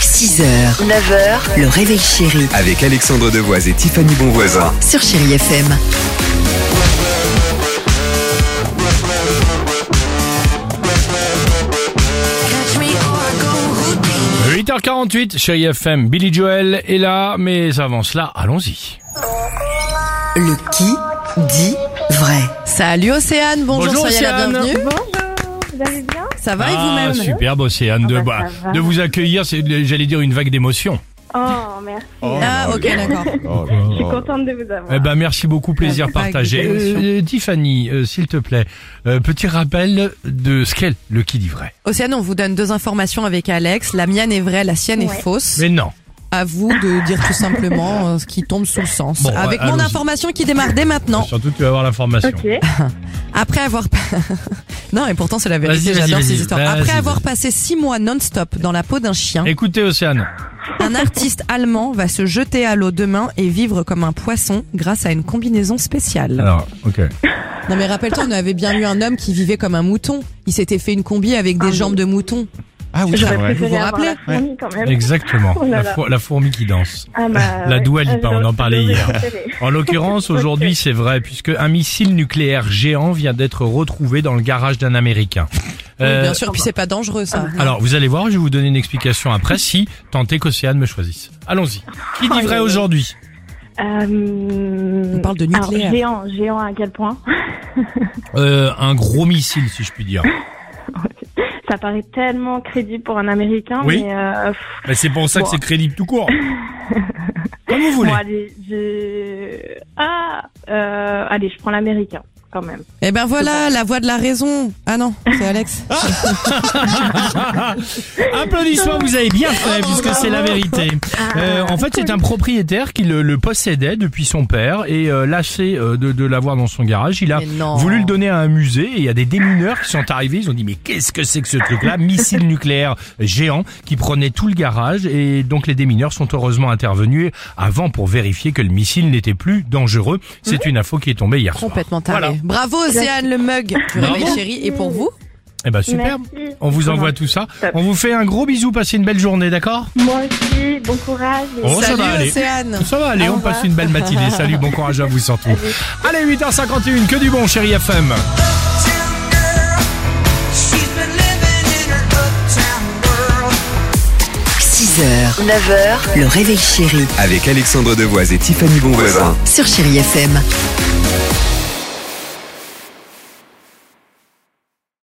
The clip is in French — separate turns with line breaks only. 6h, 9h, le réveil chéri
Avec Alexandre Devoise et Tiffany Bonvoisin.
sur Chéri FM.
Catch me or go Houdini.
8h48, chérie FM, Billy Joel est là, mais avant cela, allons-y.
Le qui dit vrai. Salut Océane, bonjour,
Bonjour,
soyez la
Océane.
bienvenue.
Vous allez bien
Ça va et
ah,
vous-même
superbe Océane, de,
Ah bah,
bah,
ça va.
de vous accueillir, c'est, j'allais dire une vague d'émotion.
Oh, merci.
Ah ok d'accord.
Je suis contente de vous avoir.
Eh ben, merci beaucoup, plaisir
Vague
partagé.
d'émotion.
Euh, euh, Tiffany, euh, s'il te plaît, euh, petit rappel de ce qu'est le qui dit vrai.
Océane, on vous donne deux informations avec Alex. La mienne est vraie, la sienne est
Ouais.
fausse.
Mais non.
À vous de dire tout simplement euh, ce qui tombe sous le sens.
Bon,
avec
allons-y.
mon information qui démarre dès maintenant.
Surtout, tu vas avoir l'information.
Ok.
Après avoir pa- non et pourtant c'est la vérité.
Vas-y, vas-y,
J'adore
vas-y, Bah,
ces histoires.
vas-y,
Après
vas-y.
avoir passé six mois non-stop dans la peau d'un chien,
Écoutez, Océane.
un artiste allemand va se jeter à l'eau demain et vivre comme un poisson grâce à une combinaison spéciale.
Alors, ok.
Non mais rappelle-toi, on avait bien eu un homme qui vivait comme un mouton. Il s'était fait une combi avec des jambes de mouton.
Ah oui,
J'aurais préféré
Vous vous
avoir
rappelez
la fourmi quand même.
Exactement.
Oh là
la,
là.
four- la fourmi qui danse.
Ah bah,
La
ouais.
Dua Lipa, on en
J'aurais-
parlait
j'aurais
hier.
préféré.
En l'occurrence, aujourd'hui, c'est vrai, puisque un missile nucléaire géant vient d'être retrouvé dans le garage d'un Américain.
Oui,
Euh, Ah.
bien sûr, puis c'est pas dangereux ça.
alors, vous allez voir, je vais vous donner une explication après, si tant est qu'Océane me choisisse. Allons-y. Qui dit vrai aujourd'hui
Euh,
On parle de
alors,
nucléaire.
géant, géant à quel point
euh, Un gros missile, si je puis dire.
Ça paraît tellement crédible pour un Américain,
Oui.
mais euh, pff,
Mais c'est pour ça que
Bon.
c'est crédible tout court. Comme vous voulez.
bon, allez, j'ai... Ah, euh, allez, je prends l'Américain, quand même.
Eh ben voilà, la voix de la raison. Ah non, c'est Alex.
Applaudissements, vous avez bien fait, puisque c'est la vérité.
Ah.
Euh, en fait, c'est un propriétaire qui le, le possédait depuis son père et euh, lâché euh, de, de l'avoir dans son garage. Il a
Mais non.
Ah, voulu le donner à un musée et il y a des démineurs qui sont arrivés. Ils ont dit mais qu'est-ce que c'est que ce truc-là Missile nucléaire géant qui prenait tout le garage et donc les démineurs sont heureusement intervenus avant pour vérifier que le missile n'était plus dangereux. C'est
Mhm.
une info qui est tombée hier soir.
Complètement taré.
Voilà.
Bravo Océane le mug du
Bravo.
réveil chéri et pour vous
Eh ben super.
Merci.
On vous envoie tout ça.
Top.
On vous fait un gros bisou. Passez une belle journée, d'accord
Moi aussi, bon courage. et-
Oh, ça
Salut
va aller.
Océane.
Ça va, allez,
Au
on
revoir.
passe une belle matinée. Salut, bon courage à vous surtout. Allez, 8h51, que du bon, chérie FM.
She's been living in her uptown world.
6h, 9h, le réveil chéri
Avec Alexandre Devoise et Tiffany Bonvoisin.
sur Chéri FM.